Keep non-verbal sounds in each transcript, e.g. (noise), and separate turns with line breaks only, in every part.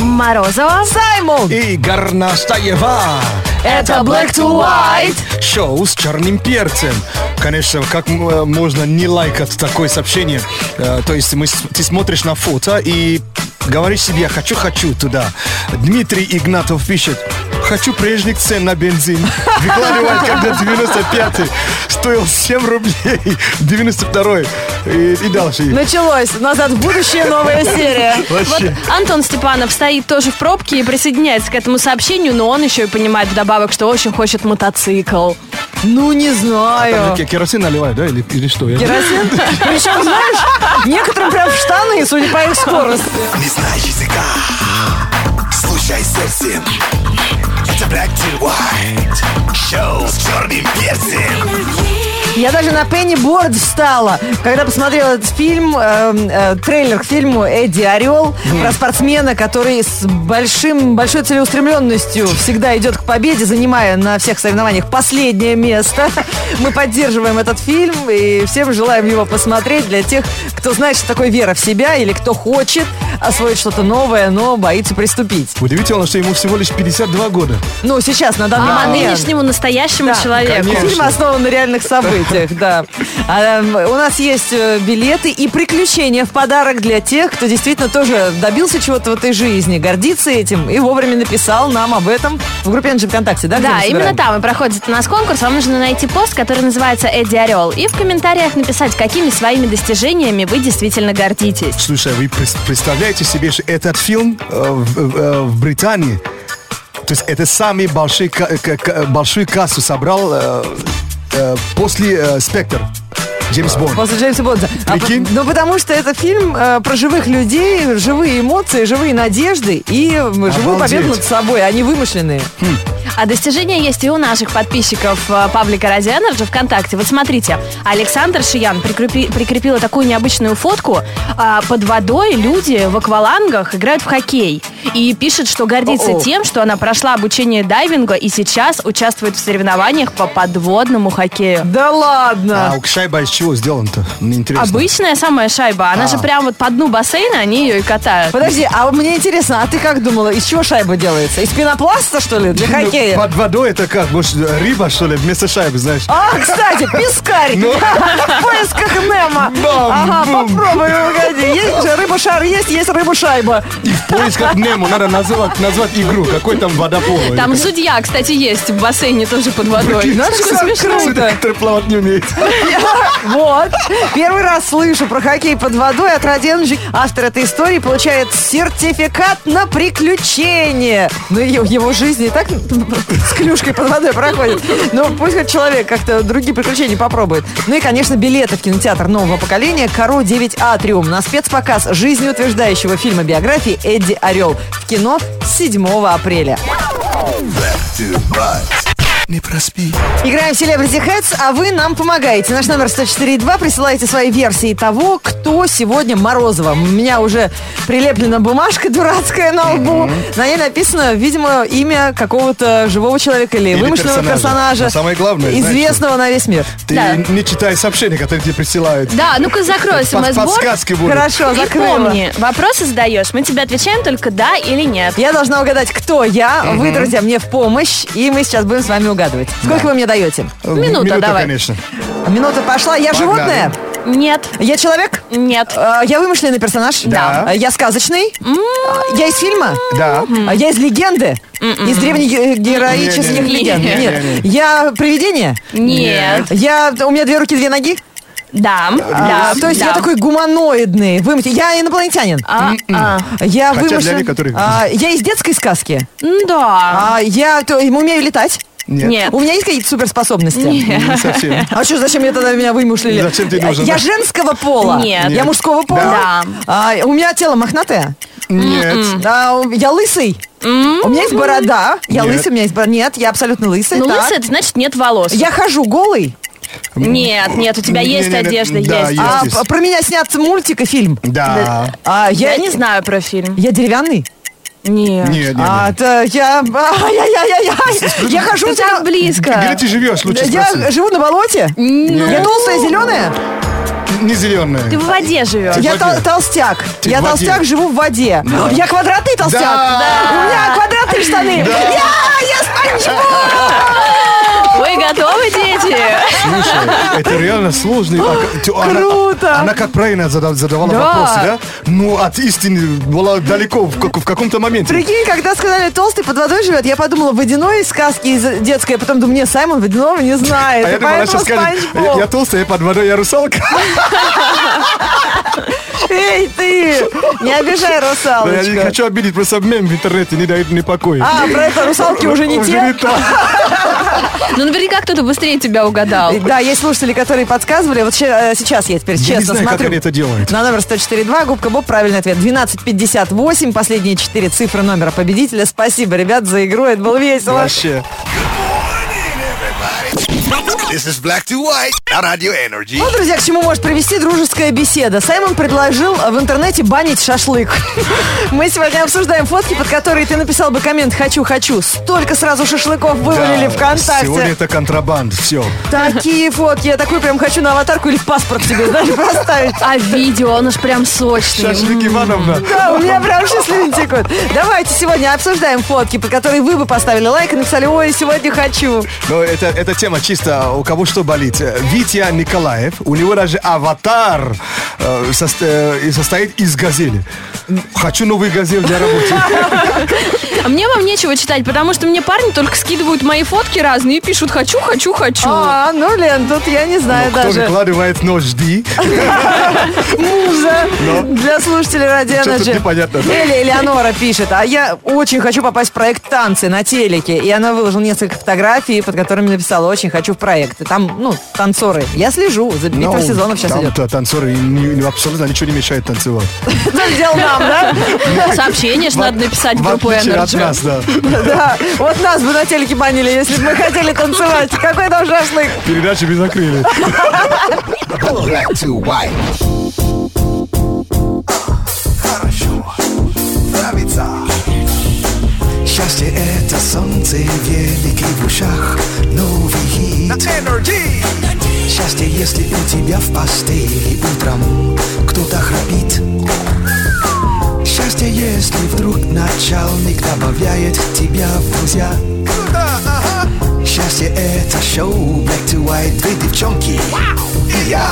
Морозова.
Саймон!
И Горнастаева.
Это Black to White.
Шоу с черным перцем. Конечно, как э, можно не лайкать такое сообщение? Э, То есть мы, с- ты смотришь на фото и говоришь себе «хочу-хочу» туда. Дмитрий Игнатов пишет «Хочу прежних цен на бензин». (laughs) Выкладывает, когда 95-й стоил 7 рублей, (laughs) 92-й и, и
Ну,
дальше.
Началось. Назад в будущее
(laughs)
новая серия.
Вот
Вообще.
Антон Степанов стоит тоже в пробке и присоединяется к этому сообщению, но он еще и понимает вдобавок, что очень хочет мотоцикл.
Ну, не
А Там
знаю.
же керосин наливают, да? Или, или что? Я-
Керосин. Причем, знаешь, некоторым прям в штаны, судя по их скорости.
Не знаешь языка Слушай сердцем Это Black to White Шоу с черным перцем
Я даже на Пенни Борд встала, когда посмотрела этот фильм, эм, э, трейлер к фильму «Эдди Орел» про спортсмена, который с большим, большой целеустремленностью всегда идет к победе, занимая на всех соревнованиях последнее место. (laughs) Мы поддерживаем этот фильм и всем желаем его посмотреть для тех, кто знает, что такое вера в себя или кто хочет освоить что-то новое, но боится приступить.
Удивительно, что ему всего лешь 52 года.
Ну, сейчас, на данный
А
момент.
нынешнему настоящему
Да,
человеку.
конечно.
Фильм основан на реальных событиях, да. А, эм, У нас есть э, билеты и приключения в подарок для тех, кто действительно тоже добился чего-то в этой жизни, гордится этим и вовремя написал нам об этом в группе NG ВКонтакте, да? где мы
Да, именно
собираем?
там и проходит у нас конкурс. Вам нужно найти пост, который называется «Эдди Орел», и в комментариях написать, какими своими достижениями вы действительно гордитесь.
Слушай, а вы прес- представляете себе, что этот фильм э, в, э, в Британии, то есть это самый большой, ка- ка- ка- большую кассу собрал э, э, после э, «Спектр» Джеймс Бонд.
После Джеймса Бонда. А по-
Прикинь.
ну, потому что это фильм э, про живых людей, живые эмоции, живые надежды и э, живую победу
Обалдеть.
над собой. Они вымышленные.
А достижения есть и у наших подписчиков э, Павлика Розиана же ВКонтакте. Вот смотрите, Александр Шиян прикрепи- прикрепила такую необычную фотку. А, Под водой люди в аквалангах играют в хоккей. И пишет, что гордится
О-о.
тем, что она прошла обучение дайвинга и сейчас участвует в соревнованиях по подводному хоккею.
Да
А
ладно!
у шайба из чего сделан-то? Мне интересно.
Обычная самая шайба. Она же прям вот по дну бассейна они ее и катают.
А. Подожди, а мне интересно, а ты как думала, из чего шайба делается? Из пенопласта, что ли, для
Ну,
хоккея?
Под водой это как? Может, рыба, что ли, вместо шайбы, знаешь?
А, кстати, пескарь! В поисках Немо! Ага,
бум.
попробуй, погоди. Есть же рыба-шар, есть, есть рыба-шайба.
И в поисках Нему надо назвать, назвать игру. Какой там водоплавание?
Там судья, кстати, есть в бассейне тоже под водой.
Прикинь,
Знаешь, как
судья,
круто?
судья, который плавать не умеет.
Вот. Первый раз слышу про хоккей под водой от Роденджи. Автор этой истории получает сертификат на приключение. Ну, е- в его жизни и так с клюшкой под водой проходит. Ну, пусть хоть человек как-то другие приключения попробует. Ну и, конечно, билеты в кинотеатр нового поколения «Коро 9 Атриум» на спецпоказ жизнеутверждающего фильма биографии «Эдди Орел» в кино с 7 апреля.
Black to White Не проспи
Играем в Celebrity Heads, а вы нам помогаете. Наш номер 104.2. Присылайте свои версии того, кто сегодня Морозова. У меня уже прилеплена бумажка дурацкая на лбу. На ней написано, видимо, имя какого-то живого человека или,
Или
вымышленного
персонажа.
персонажа.
Но самое главное, знаешь,
Известного на весь мир.
Ты
Да.
не читай сообщения, которые тебе присылают.
Да, ну ну-ка закрой
Под-
смс-борд.
Подсказки будут.
Хорошо,
И
закрыла.
помни, вопросы задаешь, мы тебе отвечаем только да или нет.
Я должна угадать, кто я. Вы, друзья, мне в помощь. И мы сейчас будем с вами угадывать. Сколько вы мне даете?
Минута, давай.
Э, конечно.
Минута пошла. Я
Погнали.
животное?
Нет,
Я человек?
нет.
Э, Я вымышленный персонаж?
Да.
Э, Я сказочный? Я из фильма?
Да. М-м.
А Я из легенды? Из древних э, героических
Не-не-не.
легенд?
Не-не-не.
Нет. Я привидение?
Нет.
Я, у меня две руки, две ноги?
Да. Да.
А, то есть
да.
я такой гуманоидный. вымыш- Я инопланетянин.
А, а.
Я
Хотя для
вымышлен-
некоторых.
А, я из детской сказки.
М, Да.
А, я то- умею летать.
Нет.
У меня есть какие-то суперспособности?
Не совсем.
А что, зачем мне тогда меня вымышлили?
Зачем ты нужен,
Я
да?
женского пола.
Нет.
Я мужского пола.
Да.
А, у меня тело мохнатое.
Нет.
А, у- я лысый. У меня есть борода. Я
Нет.
лысый, у меня есть борода. Нет, я абсолютно лысый.
Ну,
так.
лысый, это значит нет волос.
Я хожу голый.
Нет, нет, у тебя есть
Не-не-не,
одежда,
да,
есть.
есть.
А, п- про меня снят мультик и фильм.
Да.
А, я,
Я не знаю про фильм.
Я деревянный?
Нет.
Нет, нет,
А,
нет.
да, я... Ай-яй-яй-яй-яй. Я хожу...
Ты
на-
так близко. Ну.
Где ты живешь, лучше
Я
спроси.
живу на болоте? Я толстая, зеленая?
не зеленая.
Ты в воде живешь.
Я
в воде.
тол- толстяк.
Ты
я
в воде.
толстяк, живу в воде. Я квадратный толстяк.
Да.
У меня квадратные штаны. Я, я Спанч Боб.
Вы готовы, дети?
Слушай, это реально сложный. вопрос. Ты- она-
Круто.
Она как правильно зада- задавала
Да.
вопросы, да? Ну, от истины была далеко в, как- в каком-то моменте.
Прикинь, когда сказали толстый под водой живет, я подумала, водяной из сказки из детской. Я потом думаю, мне Саймон водяного не знает.
А я
И
думал, она
поэтому
сейчас скажет,
Спанч
я,
Боб.
я толстая, я под водой, я русалка. (laughs)
Эй, ты! Не
(laughs)
обижай
Но Я не
русалочка.
хочу обидеть, просто мем в интернете не дает мне покоя.
А, про это русалки уже не те.
та.
Ну, наверняка кто-то быстрее тебя угадал.
Да, есть слушатели, которые подсказывали. Вот ща- э, сейчас я теперь
Я не
честно
знаю, как
смотрю.
они это делают.
На номер 104.2, губка Боб, правильный ответ. 12.58, последние четыре цифры номера победителя. Спасибо, ребят, за игру, это было весело.
Вообще.
This is Black to White на Radio Energy.
Ну, друзья, к чему может привести дружеская беседа? Саймон предложил в интернете банить шашлык. (laughs) Мы сегодня обсуждаем фотки, под которые ты написал бы коммент «Хочу, хочу». Столько сразу шашлыков вывалили
Да, Сегодня
ВКонтакте.
это контрабанд, все.
Такие фотки. Я такой прям хочу на аватарку или в паспорт себе, знаешь, (laughs) поставить.
А видео, оно ж прям сочное.
Шашлык Ивановна.
Да, у меня прям счастливый текут. Давайте сегодня обсуждаем фотки, под которые вы бы поставили лайк и написали «Ой, сегодня хочу».
Но это, эта тема чисто у кого что болит. Э, Витя Николаев, у него даже аватар э, сос- э, и состоит из газели. Хочу новый газель для работы.
А Мне вам нечего читать, потому что мне парни только скидывают мои фотки разные и пишут «хочу, хочу, хочу».
А, ну, Лен, тут я не (laughs) знаю
Ну, Кто
даже.
выкладывает нож,
(laughs)
жди.
Муза для слушателей Ради
Чё тут
Energy.
непонятно, да?
Эля Элеонора пишет, а я очень хочу попасть в проект «Танцы» на телеке. И она выложила несколько фотографий, под которыми написала «Очень хочу в проект». И там, ну, танцоры. Я слежу, за Виктор
Ну,
Сезонов сейчас
там
идет.
та- Танцоры ни- ни- абсолютно ничего не мешает танцевать.
Это сделал нам,
(laughs)
да?
Сообщение ж надо написать в
В
группу
отличие от
Energy.
нас, да.
Да, вот нас бы на телеке банили, если бы мы хотели танцевать. Какой там шашлык?
Передачи бы закрыли.
Black to White. Хорошо. Нравится. Счастье это солнце, великий в ушах, новый хит. На Energy. Счастье, если у тебя в постели утром кто-то храпит. Счастье, если вдруг начальник добавляет тебя в друзья. Счастье это шоу Black to White, две девчонки и я.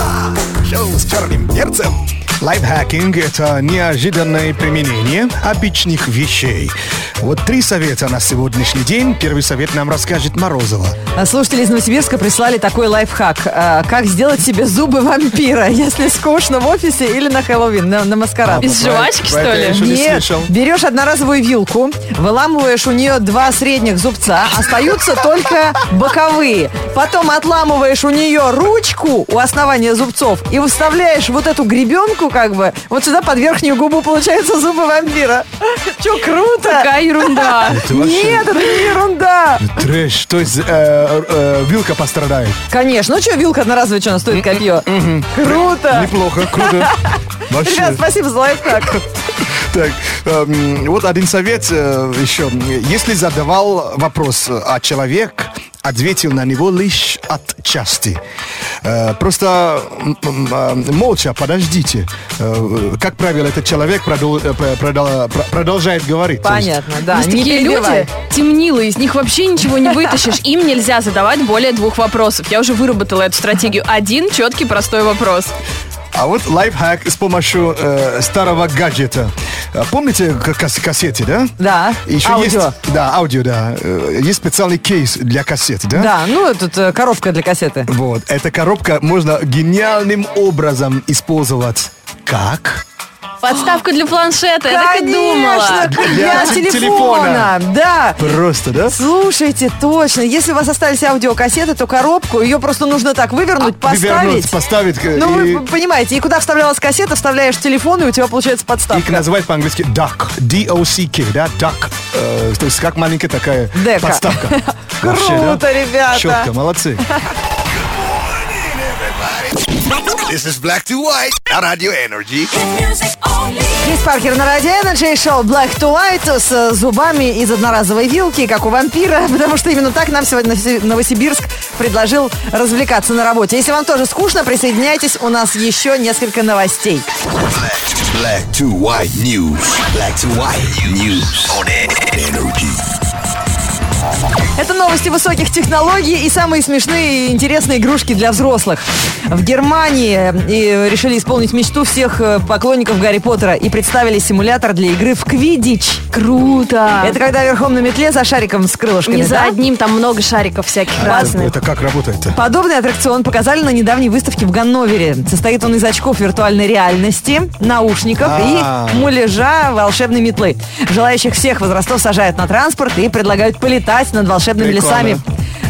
Шоу с черным перцем.
Лайфхакинг – это неожиданное применение обычных вещей. Вот три совета на сегодняшний день. Первый совет нам расскажет Морозова.
А Слушатели из Новосибирска прислали такой лайфхак. А, Как сделать себе зубы вампира, (laughs) если скучно в офисе или на Хэллоуин, на, на маскарад?
Из
Про-
жвачки,
про это
что
я
ли?
еще не
Нет,
слышал.
берешь одноразовую вилку, выламываешь у нее два средних зубца, остаются только боковые. Потом отламываешь у нее ручку у основания зубцов и вставляешь вот эту гребенку как бы вот сюда под верхнюю губу получаются зубы вампира. Че, круто!
Какая ерунда.
Это Ну, вообще
Нет, это не ерунда!
Трэш, то есть э, э, вилка пострадает.
Конечно, ну что, вилка одноразовая, что она стоит копье? Круто!
Неплохо,
(laughs)
круто.
Ребят,
Вообще.
спасибо за лайфхак.
Так, эм, вот один совет э, еще. Если задавал вопрос, э, а человек ответил на него лишь отчасти. э, Просто м, м, э, молча подождите. Э, э, Как правило, этот человек продол- э, про- продол- про- продолжает говорить. То есть,
Понятно, да.
Есть
Не
такие
перебивай.
люди, темнилы, из них вообще ничего не вытащишь. Им нельзя задавать более двух вопросов. Я уже выработала эту стратегию. Один четкий простой вопрос.
А вот лайфхак с помощью э, старого гаджета. Э, Помните к- кас- кассеты, да?
Да,
Еще
аудио.
есть, да, аудио, да. Э, Есть специальный кейс для кассет, да?
Да, ну тут э, коробка для кассеты.
Вот, эта коробка можно гениальным образом использовать. Как?
Подставка для планшета, я так и думала.
Конечно,
Для
Для
телефона.
телефона. Да.
Просто, да?
Слушайте, точно. Если у вас остались аудиокассеты, то коробку, ее просто нужно так вывернуть,
А, Вывернуть,
поставить.
поставить э,
Ну,
и,
вы понимаете, и куда вставлялась кассета, вставляешь телефон, и у тебя получается
и
подставка.
называют по-английски duck. D-O-C-K, да? Duck. Э, то есть как маленькая такая
Дека.
подставка.
(laughs) Круто, ребята.
Четко, молодцы.
This is Black to White на Radio Energy.
Music only.
Есть Паркер на радио Energy, шоу Black to White с э, зубами из одноразовой вилки, как у вампира, (laughs) потому что именно так нам сегодня Новосибирск предложил развлекаться на работе. Если вам тоже скучно, присоединяйтесь, у нас еще несколько новостей.
Black to white news. Black to white news on energy.
Это новости высоких технологий и самые смешные и интересные игрушки для взрослых. В Германии э, решили исполнить мечту всех э, поклонников Гарри Поттера и представили симулятор для игры в квидич.
Круто.
Это когда верхом на метле за шариком с крылышками,
не за
да?
одним, там много шариков всяких
Это,
разных.
это как работает-то?
Подобный аттракцион показали на недавней выставке в Ганновере. Состоит он из очков виртуальной реальности, наушников
А.
и муляжа волшебной метлы. Желающих всех возрастов сажают на транспорт и предлагают полетать над волшебными
Прикольно.
лесами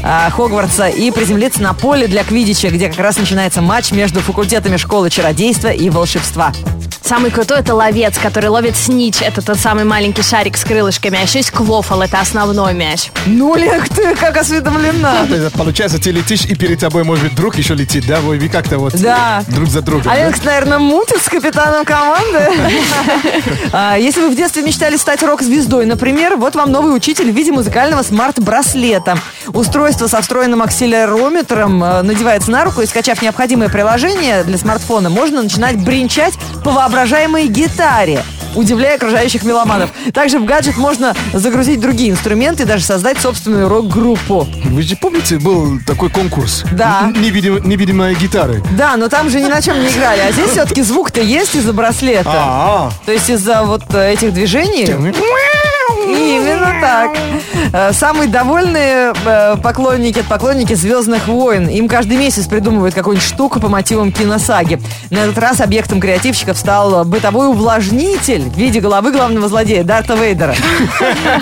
а, Хогвартса и приземлиться на поле для квидича, где как раз начинается матч между факультетами школы чародейства и волшебства.
Самый крутой это ловец, который ловит снич. Это тот самый маленький шарик с крылышками. А еще есть клофол, это основной мяч.
Ну, Лех, ты как осведомлена.
Это получается, ты летишь, и перед тобой, может быть, друг еще летит, да? Вы вы как-то вот э,
Да. А
друг за другом. да?
Алекс, наверное, мутит с капитаном команды. А, Если вы в детстве мечтали стать рок-звездой, например, вот вам новый учитель в виде музыкального смарт-браслета. Устройство со встроенным акселерометром э, надевается на руку, и, скачав необходимое приложение для смартфона, можно начинать бренчать по воображаемой гитаре удивляя окружающих меломанов. Также в гаджет можно загрузить другие инструменты и даже создать собственную рок-группу.
Вы же помните, был такой конкурс?
Да.
Н- невидим- невидимые гитары.
Да, но там же ни на чем не играли. А здесь все-таки звук-то есть из-за браслета.
А,
То есть из-за вот э, этих движений... Именно так. Э, Самые довольные э, поклонники, это поклонники «Звездных войн». Им каждый месяц придумывают какую-нибудь штуку по мотивам киносаги. На этот раз объектом креативщиков стал бытовой увлажнитель в виде головы главного злодея Дарта Вейдера.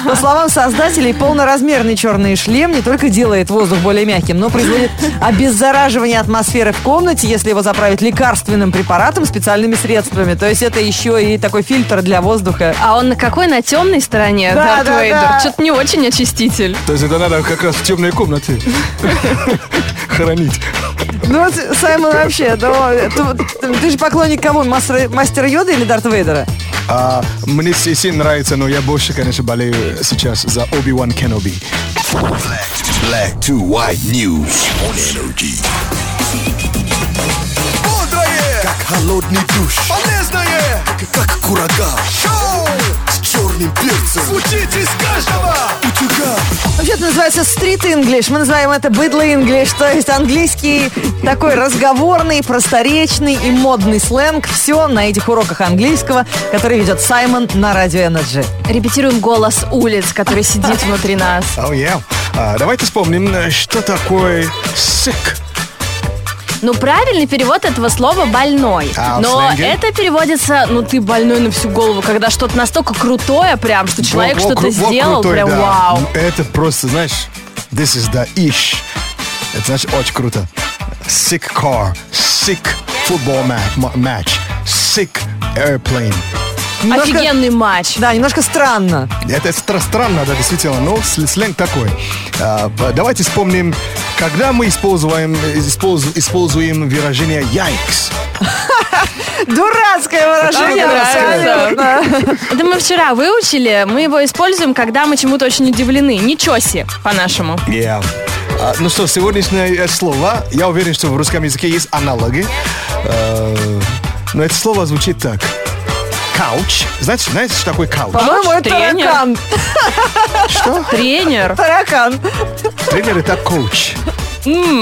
По словам создателей, полноразмерный черный шлем не только делает воздух более мягким, но производит обеззараживание атмосферы в комнате, если его заправить лекарственным препаратом, специальными средствами. То есть это еще и такой фильтр для воздуха.
А он на какой? На темной стороне?
Да,
Дарт
да,
Вейдер.
да.
Что-то не очень очиститель.
то есть это надо как раз в темной комнате (laughs) хранить.
Ну вот, Саймон, вообще, ну, ты, ты же поклонник кого? Мастера, мастера Йода или Дарта Вейдера?
А, мне все все нравится, но я больше, конечно, болею сейчас за Оби-Ван Кеноби.
Black, black to white news on energy. Бодрое, как холодный душ. Полезное, как курага. Шоу с черным перцем. Учитесь каждого утюга.
Вообще это называется стрит English. Мы называем это быдло English, то есть английский такой разговорный, просторечный и модный сленг. Все на этих уроках английского, которые ведет Саймон на Радио Energy.
Репетируем голос улиц, который сидит внутри нас.
Oh, yeah. А, давайте вспомним, э, что такое сик.
Ну, правильный перевод этого слова «больной».
А, в
Но
сленге?
это переводится, ну, ты больной на всю голову, когда что-то настолько крутое прям, что человек
Во- во-
что-то
кру- во
сделал,
крутой,
прям
да. Ну,
вау.
Это просто, знаешь, this is the ish. Это значит очень круто. Sick car, sick football ma- ma- match, sick airplane.
Немножко-
Офигенный матч.
Да, немножко странно.
Это стра- странно, да, действительно, но сл- сленг такой. А, б- давайте вспомним, когда мы используем, использ- используем выражение «yikes».
Дурацкое выражение.
мне нравится.
абсолютно.
(laughs) Это мы вчера выучили, мы его используем, когда мы чему-то очень удивлены. Ничего себе, по-нашему.
Yeah. А, ну что, сегодняшнее э, слово, я уверен, что в русском языке есть аналоги, Э, но это слово звучит так. Кауч. Знаете, знаете, что такое кауч?
По-моему, это
Тренер.
таракан.
Что?
Тренер.
Таракан.
Тренер это коуч.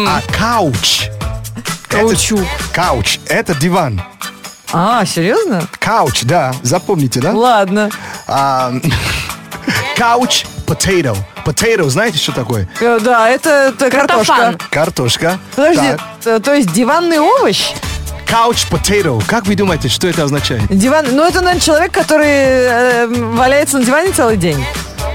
А кауч. это-
Каучук.
Кауч. Это диван.
А, серьезно?
Кауч, да. Запомните, да?
Ладно.
А, Кауч, potato. Potato, знаете, что такое?
Э, Да, это это картошка.
Картофан.
Картошка.
Подожди,
Так,
т- то есть диванный овощ?
Couch potato. Как вы думаете, что это означает?
Диван, ну это, наверное, человек, который э, валяется на диване целый день.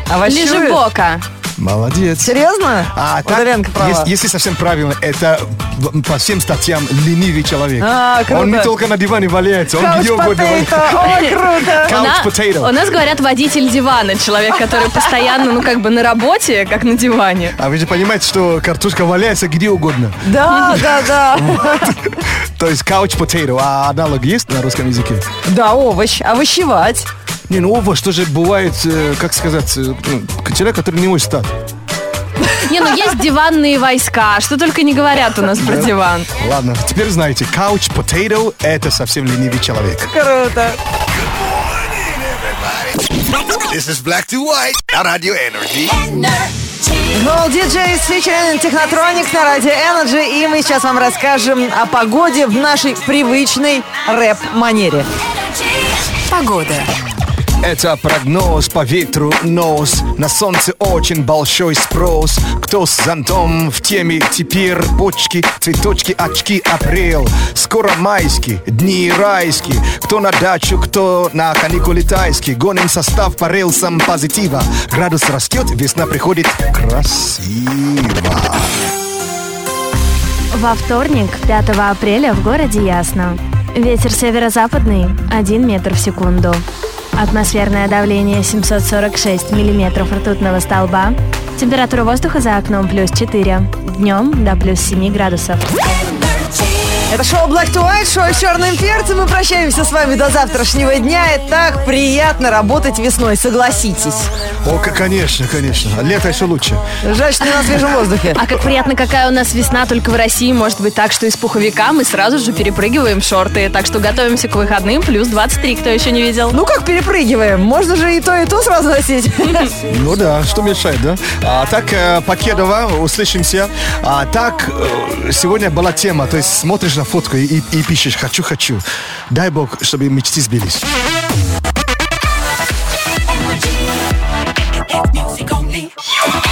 Овощует.
Лежебока.
Молодец.
Серьезно?
А так,
Удаленко права.
ес- если совсем правильно, это в- по всем статьям ленивый человек.
А, круто.
Он не только на диване валяется, он
Couch
где угодно
potato.
валяется.
Ой, круто.
У,
Couch
на- у
potato.
нас говорят водитель дивана, человек, который постоянно, ну, как бы на работе, как на диване.
А вы же понимаете, что картошка валяется где угодно.
Да, да, да.
То есть couch potato. А аналог есть на русском языке?
Да, овощ. А Овощевать.
Не, ну оба, что же бывает, э, как сказать, э, ну, человек, который не может стать.
Не, ну есть диванные войска, что только не говорят у нас про диван.
Ладно, теперь знаете, couch potato – это совсем ленивый человек.
Круто.
This is Black to White на Radio Energy.
Гол Ну, а диджей с вечеринки Технотроник на радио Energy. И мы сейчас вам расскажем о погоде в нашей привычной рэп-манере.
Это прогноз по ветру нос На солнце очень большой спрос Кто с зонтом в теме Теперь почки, цветочки, очки Апрел, скоро майский Дни райские Кто на дачу, кто на каникулы тайские Гоним состав по рельсам позитива Градус растет, весна приходит Красиво
Во вторник, 5 апреля, в городе Ясно. Ветер северо-западный 1 метр в секунду. Атмосферное давление 746 миллиметров ртутного столба. Температура воздуха за окном плюс 4. Днем до плюс 7 градусов.
Это шоу Black to White, шоу с черным перцем. Мы прощаемся с вами до завтрашнего дня. И так приятно работать весной, согласитесь.
О, к- конечно, конечно Лето еще лучше
Жаль, что не на свежем воздухе.
А как приятно, какая у нас весна, только в России может быть так, что из пуховика мы сразу же перепрыгиваем в шорты. Так что готовимся к выходным, плюс 23, кто еще не видел.
Ну как перепрыгиваем? Можно же и то, и то сразу носить.
Ну да, что мешает, да? А, так, э, Покедова, услышимся. А, так, э, сегодня была тема, то есть смотришь на фотку и, и- и пишешь «хочу-хочу». Дай бог, чтобы мечты сбились.
Energy. It's music only.